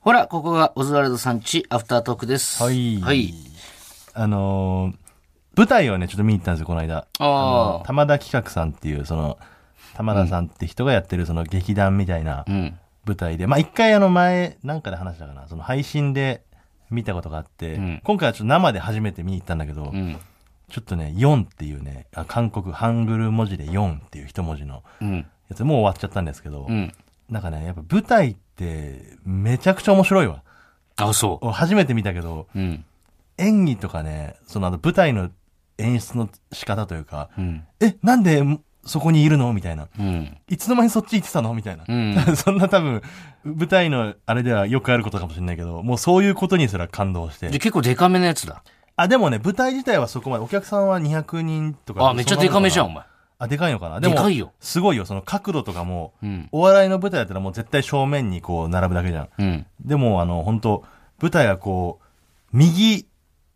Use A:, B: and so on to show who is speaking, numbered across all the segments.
A: ほら、ここがオズワルドさんち、アフタートークです。
B: はい
A: はい。
B: あのー舞台をね、ちょっと見に行ったんですよ、この間。
A: ああ。
B: 玉田企画さんっていう、その、玉田さんって人がやってる、その劇団みたいな
A: うん。
B: 舞台で、まあ一回あの前、なんかで話したかな、その配信で見たことがあって、
A: ん
B: 今回はちょっと生で初めて見に行ったんだけど、
A: うん。
B: ちょっとね、4っていうね、あ韓国、ハングル文字で4っていう一文字の
A: うん。
B: やつ、もう終わっちゃったんですけど、
A: うん。
B: なんかね、やっぱ舞台ってめちゃくちゃ面白いわ。
A: あ、そ
B: 初めて見たけど、
A: う。うん。
B: 演技とかね、そのあの舞台の演出の仕方というか、
A: うん。
B: え、なんでそこにいるのみたいな。
A: うん。
B: いつの間にそっち行ってたのみたいな。
A: うん。
B: そんな多分、舞台のあれではよくあることかもしれないけど、もうそういうことにすら感動し
A: で
B: て。
A: 結構デカめのやつだ。
B: あ、でもね、舞台自体はそこまで、お客さんは200人とか。
A: あ、めっちゃデカめじゃん、お
B: ん。
A: 前。
B: あ、でかいのかなで
A: で
B: も
A: か、いよ。
B: すごいよ、その角度とかも、
A: うん。
B: お笑いの舞台だったらもう絶対正面にこう並ぶだけじゃん。
A: うん。
B: でも、あの、本当舞台はこう、右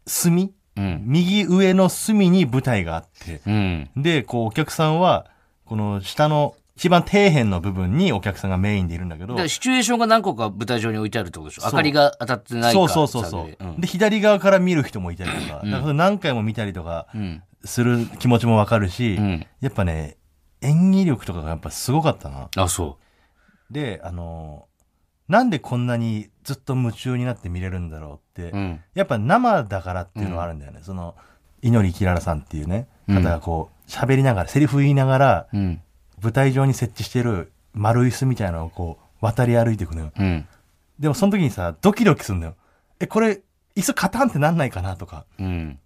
B: 隅
A: うん。
B: 右上の隅に舞台があって、
A: うん。
B: で、こう、お客さんは、この下の、一番底辺の部分にお客さんがメインでいるんだけ
A: だ
B: ど
A: か、らシチュエーションが何個か舞台上に置いてあるってことでしょ
B: そう
A: 明かりが当たってないか
B: そうそうそうそう
A: 探りで。
B: で、左側から見る人もいたりとか、だからそれ何回も見たりとか
A: うん。
B: する気持ちもわかるし
A: う、ん。
B: やっぱね、演技力とかがやっぱすごかったな。
A: あ、そ
B: で、あのーなんでこんなにずっと夢中になって見れるんだろうって
A: う。う、ん。
B: やっぱ生だからっていうのはあるんだよね。その、祈りきららさんっていうね、方がこう、喋りながら、セリフ言いながら、
A: うん。
B: 舞台上に設置してる丸椅子みたいなのをこう、渡り歩いていくのよ。
A: うん。
B: でもその時にさ、ドキドキするのよ。え、これ、椅子カタンってなんないかなとか、
A: うん。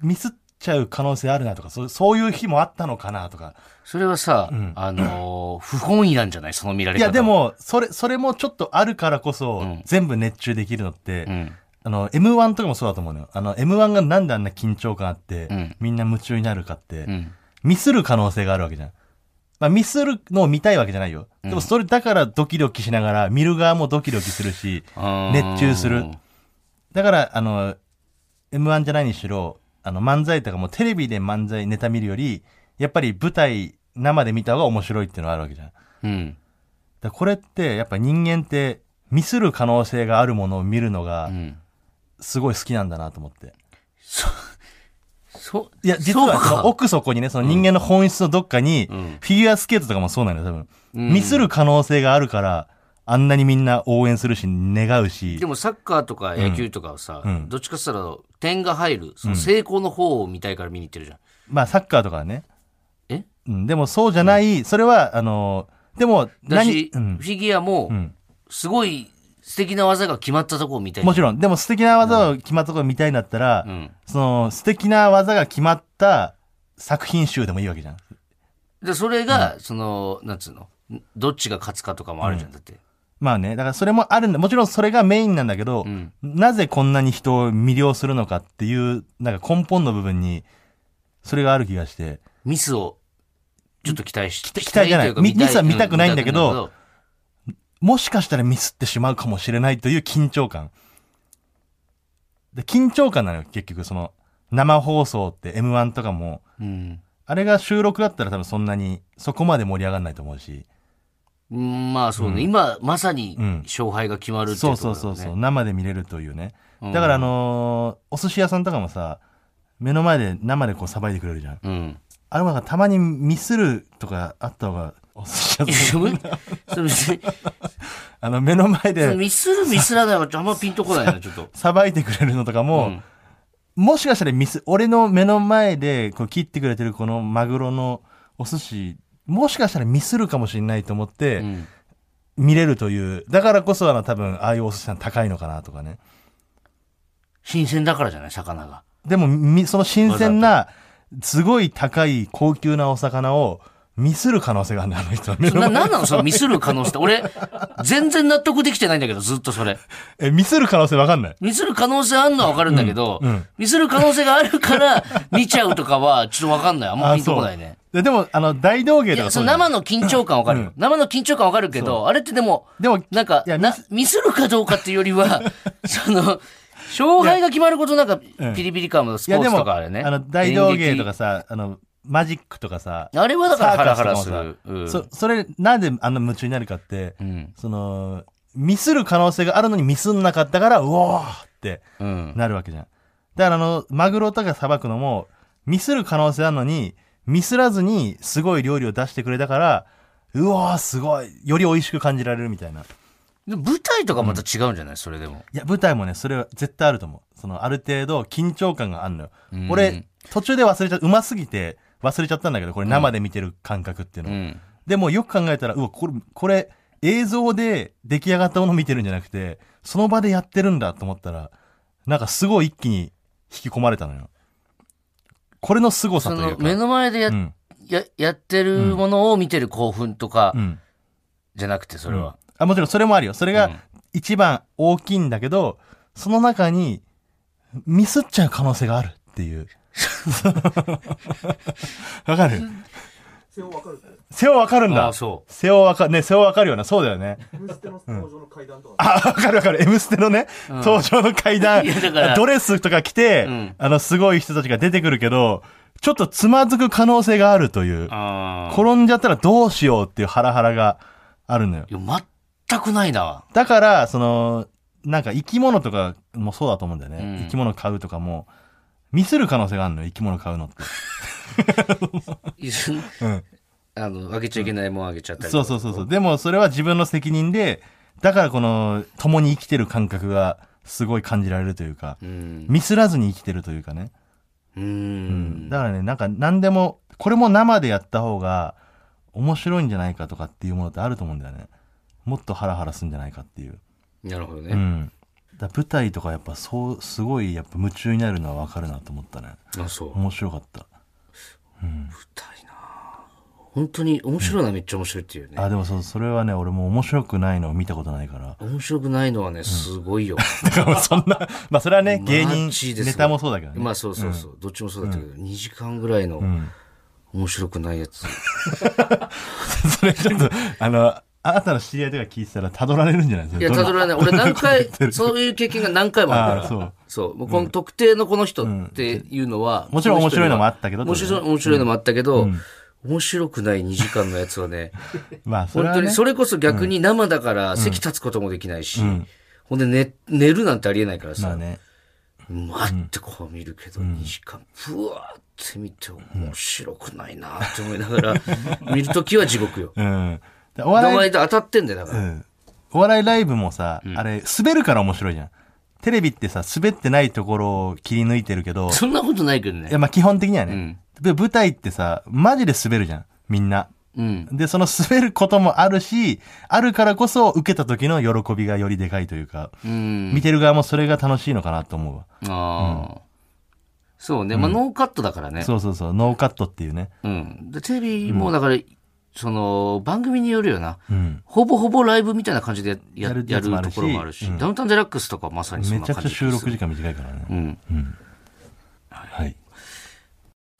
B: ミスっちゃう可能性あるなとか、そうそういう日もあったのかなとか。
A: それはさ、
B: うん
A: あのー不本意なんじゃないその見られ
B: い
A: 方
B: や、で、も、それ、それもちょっとあるからこそ、
A: うん
B: 全部熱中できるのって、
A: うん。
B: あの、M1 とかもそうだと思うのよ。あの、M1 がなんであんな緊張感あって、
A: うん
B: みんな夢中になるかって、
A: うん。
B: ミスる可能性があるわけじゃん。まあ、ミスるのを見たいわけじゃないよ。でもそれだからドキドキしながら、見る側もドキドキするし、熱中するだから、あの、M1 じゃないにしろ、あの、漫才とかもテレビで漫才ネタ見るより、やっぱり舞台、生で見た方が面白いっていうのがあるわけじゃん。だか
A: うん。
B: らこれって、やっぱ人間って、ミスる可能性があるものを見るの
A: う
B: が、
A: ん。
B: すごい好きなんだなと思って。
A: そ、そ、
B: いや、実は
A: そうか
B: その奥底にね、その人間の本質のどっかに、フ
A: ん
B: ィギュアスケートとかもそうなんだよ、多分。
A: うん
B: ミスる可能性があるから、あんなにみんな応援するし、願うし
A: で。もサッカーとか野球とかはさ、
B: うん
A: どっちかっつったら点が入る、その成功の方を見たいから見に行ってるじゃん。
B: まあ、サッカーとかはね。
A: え
B: うん、でもそうじゃない、それは、あの、でも、
A: だし、
B: う
A: フ
B: ん、
A: ィギュア
B: う
A: も、
B: ん。
A: すごい素敵な技が決まったとこを見たい。
B: もちろん、でも素敵な技を決まったところ見たいんだったら、
A: うん。
B: その、素敵な技が決まった作品集でもいいわけじゃん。
A: で、それが、その、なんつうの、どっちが勝つかとかもあるじゃん、だって。
B: まあね、だからそれもあるんだ。もちろんそれがメインなんだけど、
A: ん
B: なぜこんなに人を魅了するのかっていう、なんか根本の部分に、それがある気がして。
A: ミスを、ちょっと期待し、
B: 期待じゃない
A: とうか見た
B: ミスは見たくないんだけ
A: う
B: ど
A: ん見たくない
B: もしかしたらミスってしまうかもしれないという緊張感。で、緊張感なのよ、結局、その、生放送って M1 とかも、
A: けどうん。
B: あれが収録だったら多分そんなに、そこまで盛り上がらないと思うし、
A: うんまあそうね、今まさに
B: うん
A: 勝敗が決まるってい
B: そうう
A: とこ
B: そ
A: ろ
B: う
A: だよね、
B: そうそう、生で見れるというね。
A: うん
B: だからあのーお寿司屋さんとかもさ、目の前で生でこうさばいてくれるじゃん。
A: うん。
B: あれもなんかたまにミスるとかあった方 が、お寿司屋さん、
A: い やそれ別に
B: あの目の前
A: それ
B: で
A: ミスるミスらないはあんまピンとこ ないな、ちょっと。
B: さばいてくれるのとかも、もしかしたらミス、俺の目の前でこう切ってくれてるこのマグロのお寿司、もしかしたらミスるかもしれないと思っ
A: う
B: て
A: ん。
B: 見れるという、だからこそあの多分ああいうお寿司さん高いのかなとかね。
A: 新鮮だからじゃない、魚が。
B: でもみ、その新鮮な、すごい高い高級なお魚をミスる可能性があるね、あの人は目
A: な、
B: の前
A: なんなのそのミスる可能性って。俺、全然納得できてないんだけど、ずっとそれ。
B: え、ミスる可能性わかんない。
A: ミスる可能性あんのはわかるんだけど、
B: うんうん
A: ミスる可能性があるから見ちゃうとかは、ちょっとわかんない。あんま
B: あ
A: ピンと
B: そ
A: こ
B: う
A: ないね。
B: ででも、あの、大道芸
A: い
B: と
A: や、
B: か
A: そ
B: そう
A: の
B: じゃん
A: 生の緊張感わかるよ。生の緊張感わかるけど、あれってでも、
B: でも、
A: なんか
B: いや
A: な、ミスるかどうかっていうより は、その、勝敗が決まることなんか
B: うん、
A: ピリピリ感もス
B: い
A: ポ
B: や
A: ー
B: で
A: ツと
B: も、
A: かあれね。
B: あの、大道芸とか
A: 演
B: さ、あの、マジックとかさ、
A: 劇。あれはだからハラハラす
B: サーカス
A: る。うん
B: そそれなんであんな夢中になるかって、
A: うん。
B: そのミスる可能性があるのにミスんなかったから、うおーって
A: うん。
B: なるわけじゃん。だからあの、マグロとかさばくのも、ミスる可能性あるのに、ミスらずにすごい料理を出してくれたから、うおーすごいより美味しく感じられるみたいな。
A: でも舞台とかまた違うんじゃないそれでも。
B: いや、舞台もね、それは絶対あると思う。その、ある程度緊張感があるのよ。
A: ん
B: 俺、途中で忘れちゃう、うますぎて忘れちゃったんだけど、これ生で見てる感覚っていう
A: う
B: の。
A: ん。
B: でもよく考えたら、うわ、これ、これ、映像で出来上がったもの見てるんじゃなくて、その場でやってるんだと思ったら、なんかすごい一気に引き込まれたのよ。これの凄さ
A: そ
B: という
A: の、
B: か。
A: 目の前でや,、
B: うん。
A: や、やってるものを見てる興奮とか
B: うん。
A: じゃなくて、それは。
B: あ、もちろんそれもあるよ。それ
A: う
B: が
A: ん
B: 一番大きいんだけど、その中にミスっちゃう可能性があるっていう。 わかる
C: 背負わかる
B: 背負わかるん
A: あ
B: だ
A: あ、。そう。
B: 背負わか、ね、背負わかるよな。そうだよね。
C: 「M ステ」の登場の階段とか、
B: あ、わかるわかる。M ステのね、登場の階段
A: いやだから、
B: ドレスとか着て、
A: うん
B: あの、すごい人たちが出てくるけど、ちょっとつまずく可能性があるという。
A: ああ。
B: 転んじゃったらどうしようっていうハラハラがあるのよ。
A: いや、全くない な。
B: だから、その、なんか生き物とかもそうだと思うんだよね。
A: うん
B: 生き物買うとかも、ミスる可能性があるのよ、生き物買うのって。うん
A: あの、あげちゃいけないもんあげちゃったり。
B: そうそうそうそう。でもそれは自分の責任で、だからこの、共に生きてる感覚がすごい感じられるというか、
A: うん。
B: ミスらずに生きてるというかね。
A: う
B: うん
A: ん。
B: だからね、なんか何でも、これも生でやった方が面白いんじゃないかとかっていうものってあると思うんだよね。もっとハラハラするんじゃないかっていう。
A: なるほど
B: う
A: ね。
B: ん。だから舞台とかやっぱそう、すごいやっぱ夢中になるのはわかるなと思ったね。
A: あ、そう。
B: 面白かった。
A: 本当に面白いのはめっちゃ面白いっていうね。
B: あ、でもそう、それはね、俺もう面白くないのを見たことないから。
A: 面白くないのはね、すごいよ。
B: だから そんな、まあそれはね、芸人
A: マジです、ごい
B: ネタもそうだけどね。
A: まあそうそうそう。どっちもそうだったけど、2時間ぐらいの
B: ん
A: 面白くないやつ。
B: それちょっと、あの、あなたの知り合いとか聞いてたら辿られるんじゃないです
A: い
B: か
A: や、たどらない。俺何 回、そういう経験が何回もあるから。
B: あーそう
A: そう。もうこの特定のこの人っていうのは。
B: もちろん面白いのもあったけど
A: 面白い、面白いのもあったけど、面白くない2時間のやつはね、
B: まあそれ
A: 本
B: は
A: 当に、
B: ね。
A: それこそ逆に生だから席立つこともできないし、ほんで寝、寝るなんてありえないから
B: ま
A: さ
B: あ、ね。
A: 待ってこう見るけど、2時間、ふわーって見て面白くないなって思いなが ら、見るときは地獄よ。
B: うん。でお
A: お
B: 笑い、
A: 前と当たってんだよ、だか
B: う
A: ら。
B: ん。お笑いライブもさ、あれ、滑るから面白いじゃん。テレビってさ、滑ってないところを切り抜いて るけど、
A: そんなことないけど
B: い
A: ね
B: や、。まあ基本的にはね。で舞台ってさ、マジで滑るじゃん。みんな。
A: うん。
B: で、その滑ることもあるし、あるからこそ受けた時の喜びがよりでかいというか、
A: うん。
B: 見てる側もそれが楽しいのかなと思うわ。
A: ああ、そうね。まあ、ノーカットだからね。
B: そうそうそう、ノーカットっていうね。
A: うん。で、テレビも、だから、その、番組によるよな。
B: うん。
A: ほぼほぼライブみたいな感じでや
B: や
A: や
B: る
A: る
B: やつもある
A: と
B: し
A: ころもあるし、ダウンタウンデラックスとかはまさにそん
B: め
A: な
B: ちゃ
A: 感
B: く
A: じ
B: ちゃ収録時
A: 間。
B: 間短いからね。
A: うん。
B: はい。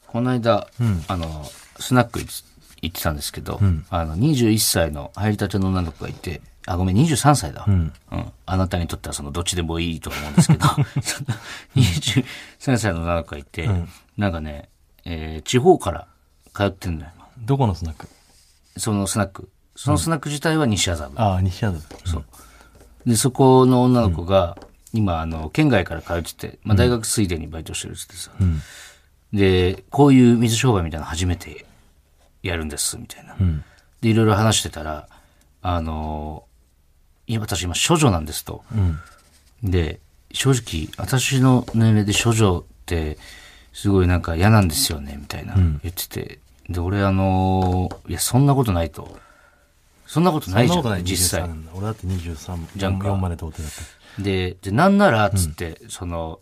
A: この間、
B: ん
A: あの、スナック行って行ってたんですけど、
B: ん
A: あの、21歳の入りたての女の子がいて、あ、ごめん、23歳だ。
B: うん。
A: うん、あなたにとってはそのどっちでもいいと思うんですけど、その23歳の女の子がいて、なんかね、えー地方から通ってんだよ。
B: どこのスナック
A: そのスナック。そのスナック自体は西麻布。
B: ああ、西麻布。そう。
A: で、そこの女の子が、今、あの、県外から通ってて、まあ、大学水田にバイトしてるっつってさ、で、こういう水商売みたいなの初めてやるんです、みたいな。
B: ん
A: で、いろいろ話してたら、あの、いや私今、処女なんですと。
B: うん。
A: で、正直、私の年齢で処女って、すごいなんか嫌なんですよね、みたいな、言ってて。で、俺あのーいや、そんなことないと。そんなことないじゃん、実際。
B: 23俺だって23、
A: じゃんか
B: 4まで童貞だった。
A: で、で、なんなら、つって、その、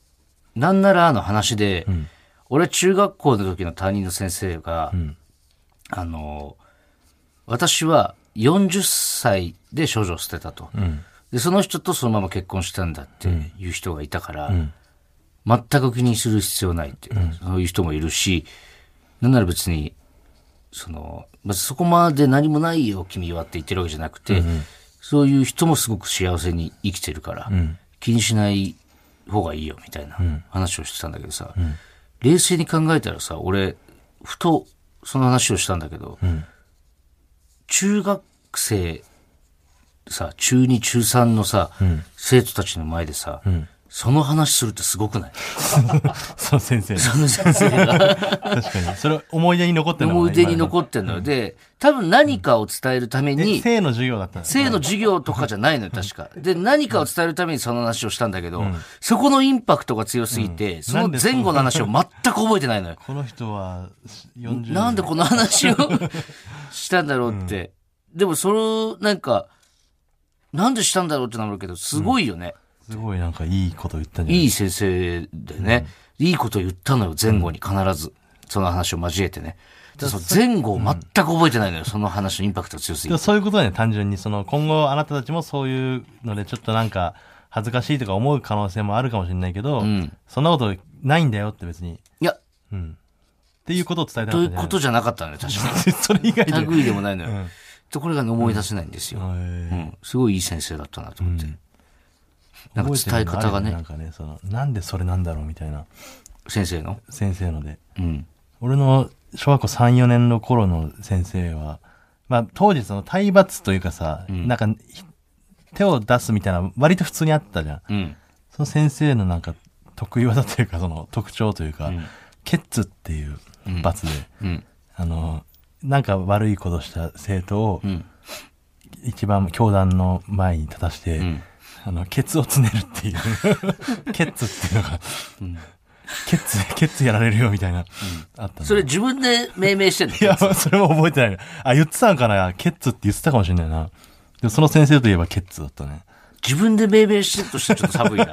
A: なんならの話で、俺中学校の時の担任の先生が、あのー私は40歳で処女を捨てたと。
B: うん。
A: で、その人とそのまま結婚したんだっていう人がいたから、全く気にする必要ないって、そういう人もいるし、なんなら別に、その、まあ、そこまで何もないよ、君はって言ってるわけじゃなくて、そういう人もすごく幸せに生きてるから、気にしない方がいいよ、みたいな話をしてたんだけどさ、冷静に考えたらさ、俺、ふとその話をしたんだけど、中学生さ、中2、中3のさ、生徒たちの前でさ、その話するってすごくない
B: その先 生の
A: その先生が。
B: 確かに。それ思い出に残ってるの
A: 思い出に
B: っ
A: 残ってるのよ。で、多分何かを伝えるため
B: て
A: に、
B: 性の授業だったんです
A: 生の授業とかじゃないのよ、確か。で、何かを伝えるためにその話をしたんだけど、そこのインパクトが強すぎて、その前後の話を全く覚えてないのよ。
B: この人は40年
A: なんでこの話を したんだろうって。でも、その、なんか、なんでしたんだろうってなるけど、すごいよね。
B: すごいなんかいいこと言ったんじゃない
A: いい先生だよね。いいこと言ったのよ、前後に必ず。その話を交えてね。でその前後を全く覚えてないのよ、その話のインパクトが強すぎ
B: でも
A: て。
B: そういうことだね、単純に。その今後あなたたちもそういうのでちょっとなんか恥ずかしいとか思う可能性もあるかもしれないけど、
A: ん
B: そんなことないんだよって別に。
A: いや、
B: っていうことを伝えた
A: と
B: か
A: い
B: った
A: うんこ
B: じゃない
A: とじゃなかったのよ、確かに。
B: それ以 外で。
A: 類でもないのよ。でこれがね思い出せないんですよ。
B: え
A: う
B: ー
A: ん。すごいいい先生だったなと思って。なんか伝え方が
B: 覚えてるのあるよな
A: ね
B: ん、かね、その、なんでそれなんだろうみたいな、
A: 先生の。
B: 先生ので。
A: うん。
B: 俺の小学校3、4年の頃の先生は、まあ当時その体罰というかさ、なんかひ手を出すみたいな割と普通にあったじゃん。
A: うん。
B: その先生のなんか得意技というかその特徴というか、ケッツっていう罰で、
A: うん。
B: あの、なんか悪いことした生徒を
A: ん
B: 一番教団の前に立たして、あの、ケツをつねるっ ていう。ケツっていうのが、ケツ、ケツやられるよみたいな、あったの
A: それ自分で命名してんの
B: いや、それも覚えてない。あ、言ってたんかなケッツって言ってたかもしれないな。でもその先生といえばケッツだったね。
A: 自分で命名してるとしてちょっと寒いな。
B: い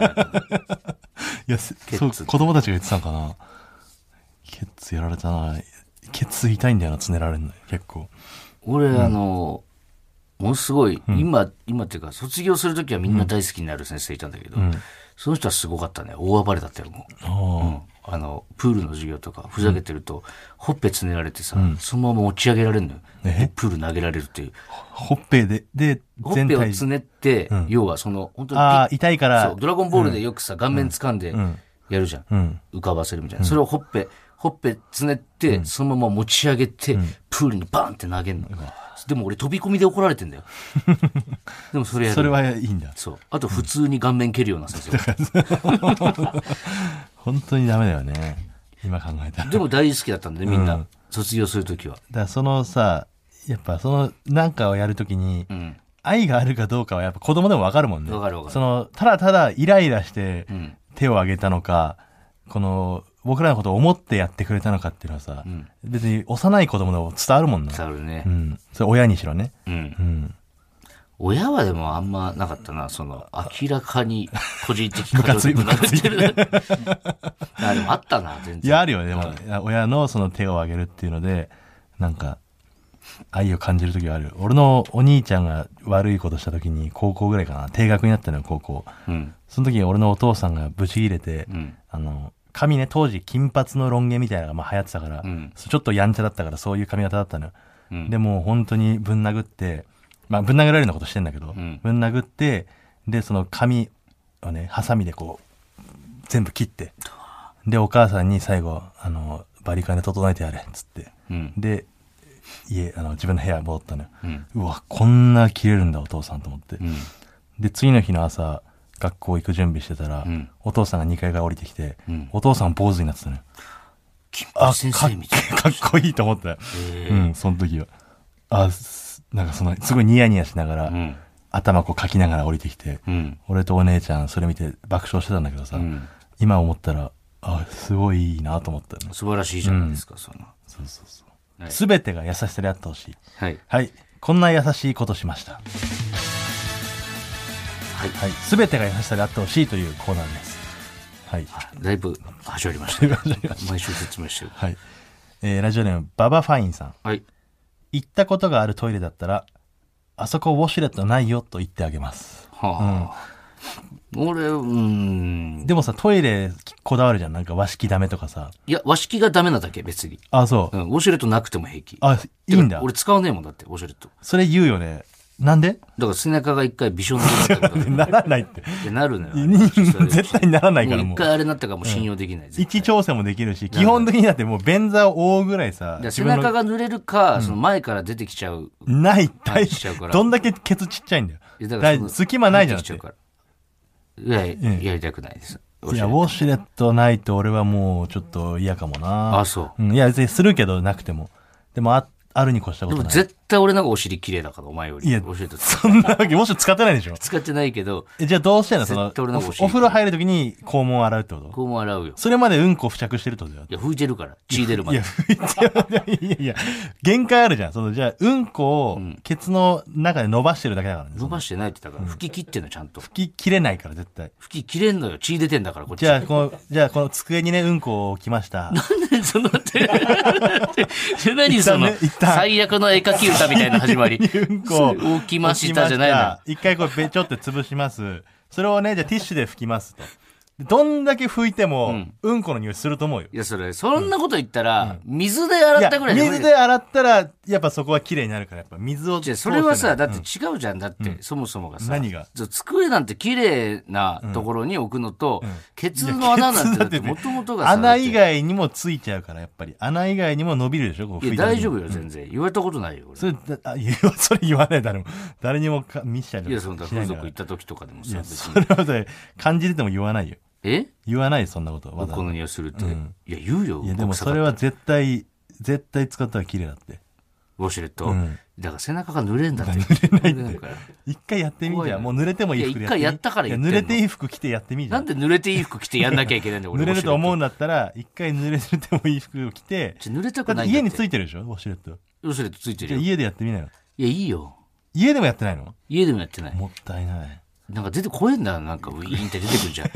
B: や、せ
A: ケッツ
B: そう、子供たちが言ってたんかなケッツやられたな。ケツ痛いんだよな、つねられんの。結構。
A: 俺、あの、ものすごい、今、今っていうか、卒業するときはみんな大好きになる先生いたんだけど、その人はすごかったね。大暴れだったよ、もう。
B: ああ、
A: あの、プールの授業とか、ふざけてると、ほっぺつねられてさ、そのまま持ち上げられるのよ。
B: え
A: でプール投げられるっていう。
B: ほっぺで、で、
A: ほっ
B: 全
A: ぺを
B: 体。
A: つねって、要はその、本当にピッ
B: ああ、痛いか
A: そ
B: ら
A: う、。ドラゴンボールでよくさ、顔面掴んでやるじゃん。
B: ん
A: 浮かばせるみたいな。それをほっぺ、ほっぺつねって、そのまま持ち上げて、プールにバーンって投げるの。でも俺飛び込みで怒られてん だよ。でもそれやる。
B: それはいいんだ。
A: そう。あと普通に顔面蹴るような先生。
B: 本当にダメだよね。今考えた
A: で
B: ら。だか
A: も大好きだったんで、みんな。
B: うん
A: 卒業するときは。
B: らそのさ、やっぱその、なんかをやるときに、
A: うん。
B: 愛があるかどうかはやっぱ子供でもわかるもんね。
A: わかるわかる
B: その、ただただイライラして
A: ん
B: 手を挙げたのか、この、僕らのことを思ってやってくれたのかっていうのはさ、
A: ん
B: 別に幼い子供でも伝わるもんな。
A: 伝わるね
B: う。ん。それ親にしろね。
A: うん
B: う。ん。
A: 親はでもあんまなかったな、その、明らかに個人的部
B: 活 部活
A: てる。 あ、でもあったな、全然。
B: いや、あるよね。でも、親のその手を挙げるっていうので、なんか、愛を感じる時はある。俺のお兄ちゃんが悪いことした時に、高校ぐらいかな。低学になったのよ、高校。
A: うん。
B: その時に俺のお父さんがブチ切れて、
A: うん。
B: あの、髪ね、当時金髪のロン毛みたいなのがまあ流行ってたから、
A: うん
B: ちょっとやんちゃだったからそういう髪型だったのよ。
A: うん
B: でもう本当にぶん殴って、まあぶん殴られるようなことしてんだけど、
A: ん
B: ぶん殴って、で、その髪をね、ハサミでこう、全部切って、で、お母さんに最後、あの、バリカンで整えてやれ、っつって。
A: うん。
B: で、家、あの、自分の部屋戻ったのよ。
A: うん。
B: うわ、こんな切れるんだ、お父さんと思って。
A: うん。
B: で、次の日の朝、学校行く準備してたら、
A: うん
B: お父さんが2階から降りてきて、
A: うん
B: お父さん坊主になってたのよ。
A: 金
B: あ、
A: 八先生みたいな。
B: かっけかっこいいと思ったよ。うん、その時は。あ、すなんかその、すごいニヤニヤしながら、
A: うん。
B: 頭こうかきながら降りてきて、
A: うん。
B: 俺とお姉ちゃんそれ見て爆笑してたんだけどさ、
A: うん
B: 今思ったら、あ、すごいいいなと思ったよね。
A: 素晴らしいじゃないですか、その。
B: そうそうそう。
A: はい
B: すべてが優しさであってほしい。
A: はい。
B: はい。こんな優しいことしました。
A: はい。
B: はい。すべてが優しさであってほしいというコーナーです。はい。
A: だいぶ、はしょりま した。毎週説明してる。
B: はい。えーラジオネーム、ババファインさん。
A: はい。
B: 行ったことがあるトイレだったら、あそこウォシュレットないよと言ってあげます。
A: はあ。俺、うーん。
B: でもさ、トイレこだわるじゃん。なんか和式ダメとかさ。
A: いや、和式がダメなだけ、別に。
B: あ、そうう。
A: ん。ウォシュレットなくても平気。
B: あ、いいんだ。
A: 俺使わねえもんだって、ウォシュレット。
B: それ言うよね。なんで
A: だから背中が一回びしょ濡れになった こと
B: ならな いって。
A: ってなるのよ。
B: 絶対にならないから
A: もう一
B: もう。
A: 回あれになったからもう信用できない。
B: 位
A: 絶
B: 置調整もできるし、基本的にだってもう便座を覆うぐらいさ
A: 対、背中が
B: が
A: 濡れるか、その前から出てきちゃう。
B: ない、
A: はい
B: 大
A: しちゃうから
B: どんだけケツちっちゃいんだよ。
A: いやだ
B: 大丈夫隙間ないじゃん
A: 入ってきちうからいや
B: ええ
A: やりたくないです
B: いや、ウォシュレットないと俺はもうちょっと嫌かもな。。
A: あそう
B: ん、いや、別にするけどなくても。でもあ、あるに越したこ
A: でも
B: とない。
A: 絶対俺の方がお尻綺麗だからお前より
B: いや
A: 教えて
B: そんなわけ、ウォシュレット使ってないでしょ。
A: 使ってないけど
B: えじゃあどうしてんのその
A: 絶対俺の方がお尻
B: お、お風呂入るときに肛門洗うってこと
A: こうも洗うよ
B: それまでうんこ付着してるってことだよ
A: い。や拭いてるから血出るま
B: い
A: で
B: や、拭いていやいやいや、限界あるじゃん。その、じゃあ、うんこを、ケツの中で伸ばしてるだけだからね。
A: 伸ばしてないってだから拭き切ってんのちゃんと
B: その拭き切れないから、絶対。
A: 拭き切れんのよ血出てんだからこっち
B: じゃあ、この、じゃあ、この机にね、うんこを置きま した。
A: その って、何
B: 一
A: そ
B: 旦
A: の
B: ね一、旦
A: 最悪の絵描き歌みたいな始まり。
B: うんこ
A: 置きましたじゃないのよ
B: 置きま した一回こうべちょって潰します。それをね、じゃあティッシュで拭きますと。でどんだけ拭いても、うん、この匂いすると思うよ。
A: いや、それ、そんなこと言ったら、水で洗ったぐらいじゃ無理
B: 水で洗ったら、やっぱそこは綺麗になるから、やっぱ水を通して
A: 違
B: な
A: う
B: い。
A: それはさ、だって
B: うん
A: 違うじゃん。だって、そもそもがさ。
B: 何が
A: じゃあ机なんて綺麗なところに置くのと、ケツの穴なんて、だっ てもともとがさ。
B: 穴以
A: だっ
B: 外にもついちゃうから、やっぱり。穴以外にも伸びるでしょ、こう
A: て。
B: 拭い
A: い
B: た
A: や、大
B: 時に
A: 丈夫よ、全然。言われたことないよ、
B: そ
A: 俺。
B: れ、だあ言わ それ言わない、誰も。誰にもか見せちゃい
A: いや、その、
B: し
A: 風
B: ないんだ
A: 俗
B: か
A: 行
B: ら
A: った時とかでも
B: い
A: さ、
B: や
A: 別
B: そ
A: に
B: れはだって感じてても言わないよ。
A: え
B: 言わないよそんなこと。わざわ
A: こ
B: ざ
A: の匂いするって。いや、言うよ。
B: いや、でも
A: 奥さん
B: それは絶対、絶対使ったら綺麗だって。
A: ウォシュレット、
B: うん
A: だから背中が濡れんだって濡れないから
B: 一回やってみ
A: 怖い
B: じゃ。
A: なん
B: もう濡れてもいい服で
A: いや一回やったから
B: いや
A: 言ってんの
B: 濡れていい服着てやってみじゃ
A: なん
B: ん。
A: で濡れていい服着てやんなきゃいけないんだよ俺
B: 濡れると思うんんだったら、一回濡れてもいい服を着て、
A: 濡れた
B: だ
A: く
B: っ
A: な
B: て
A: いんだ
B: 家
A: って
B: についてるでしょウォシュレット。
A: ウォシュレットついて
B: じ
A: る
B: ゃあ
A: よい
B: 家でやってみなよ。
A: やいいよ
B: 家でもやってないの
A: 家でもやってない
B: もったいない。
A: なんか出てこえんだよなんかウィーンって出てくるじゃ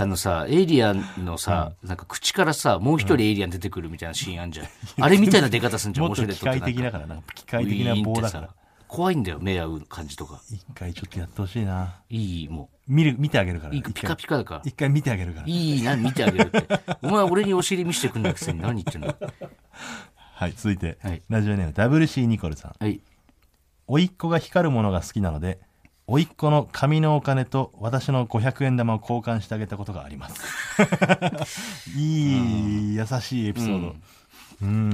A: んあのさエイリアンのさ、なんか口からさもう一人エイリアン出てくるみたいなシーンあんじゃん、あれみたいな出方すんじゃん ウォ
B: もっ
A: シュ
B: と
A: レッ
B: 機
A: トって
B: 械
A: なんか
B: 的だからな。機械的な棒
A: ウィーン
B: だから
A: って。さ怖いんだよ目合う感じとか
B: 一回ちょっとやってほしいな。
A: いいも
B: 見る、見てあげるから。
A: ういい
B: 一
A: ピ
B: 回
A: カピカだから
B: 一回見てあげるから。
A: いいな見てあげるってお前俺にお尻見せてくんなくせに何言ってんの
B: はい、続いて
A: はい。
B: ラジオネーム WC ニコルさん。
A: はい
B: 甥っ子が光るものが好きなので甥っ子の紙のお金と私の500円玉を交換してあげたことがあります いい、優しいエピソード、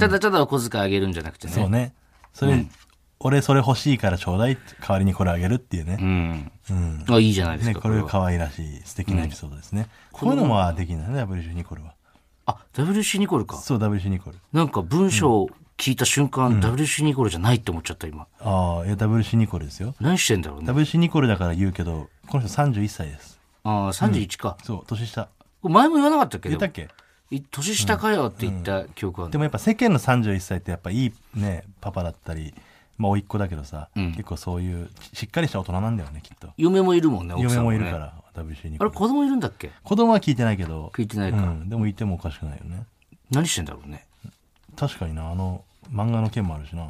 A: ただただお小遣いあげるんじゃなくてね。
B: そうねそれ、俺それ欲しいからちょうだいって代わりにこれあげるっていうね
A: う,、ん。
B: うん
A: あ、いいじゃないです
B: ね、
A: か。こ
B: こ
A: れ
B: れ
A: は。
B: 可愛らしい素敵なエピソードですね、こういうのもできないね WC ニコルは
A: あ、WC ニコルか。
B: そう WC ニコル
A: なんか文章を聞いた瞬間、WC ニコルじゃないって思っちゃった、今。
B: ああいや WC ニコルですよ
A: 何してんだろうね。
B: WC ニコルだから言うけどこの人31歳です
A: ああ、31か。
B: そう年下
A: これ前も言わなかったっけ
B: 言
A: ど
B: ったっけ
A: 年下かよって言った記憶はある、
B: でもやっぱ世間の31歳ってやっぱいいねパパだったりまあ甥っ子だけどさ、結構そういうししっかりした大人なんだよねきっと
A: 嫁もいるもんね、奥
B: 嫁
A: さんも、
B: も
A: ね。
B: いるから、WC に
A: あれ、子供いるんだっけ
B: 子供は聞いてないけど
A: 聞いてないか。
B: うん、でもいてもおかしくないよね
A: 何してんだろうね。
B: 確かになあの漫画の件もあるしな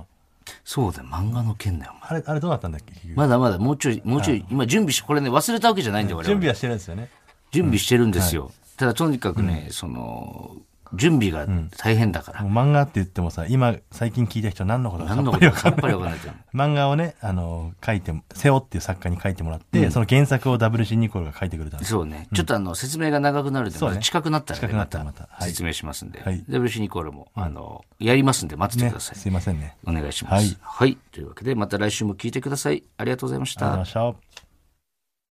A: そうだよ、漫画の件だよ、お前
B: あれあれどうなったんだっけ結局
A: まだまだ、もうちょい、もうちょい、今準備して、これね、忘れたわけじゃないんだよ、我々
B: 準備はしてるんですよね
A: 準備してるんですよ。ただ、とにかくね、その、準備が大変だから。
B: もう漫画って言ってもさ今最近聞いた人何のことかさ
A: 何
B: っ
A: の
B: ぱ
A: こ
B: り
A: と
B: わ
A: かさ
B: か
A: っ
B: ん
A: ぱ
B: な
A: り
B: い
A: わかんないじゃん。
B: 漫画をねあの書いて瀬尾っていう作家に書いてもらって、その原作を WC ニコルが書いてくれたんです
A: そうね。ちょっとあの、説明が長くなるんで、
B: そう
A: ま
B: ね
A: た近くなったらね、
B: 近くな
A: ま
B: った
A: た
B: らまたはい
A: 説明しますんで。
B: はい
A: で、ブルシニコールも、あの、やりますんで、待ってて
B: ね
A: ください。
B: すいませんね
A: お願いします。
B: はい
A: はい。というわけで、また来週も聞いてください。ありがとうございまし
B: ありがとうござい
A: た
B: ま。した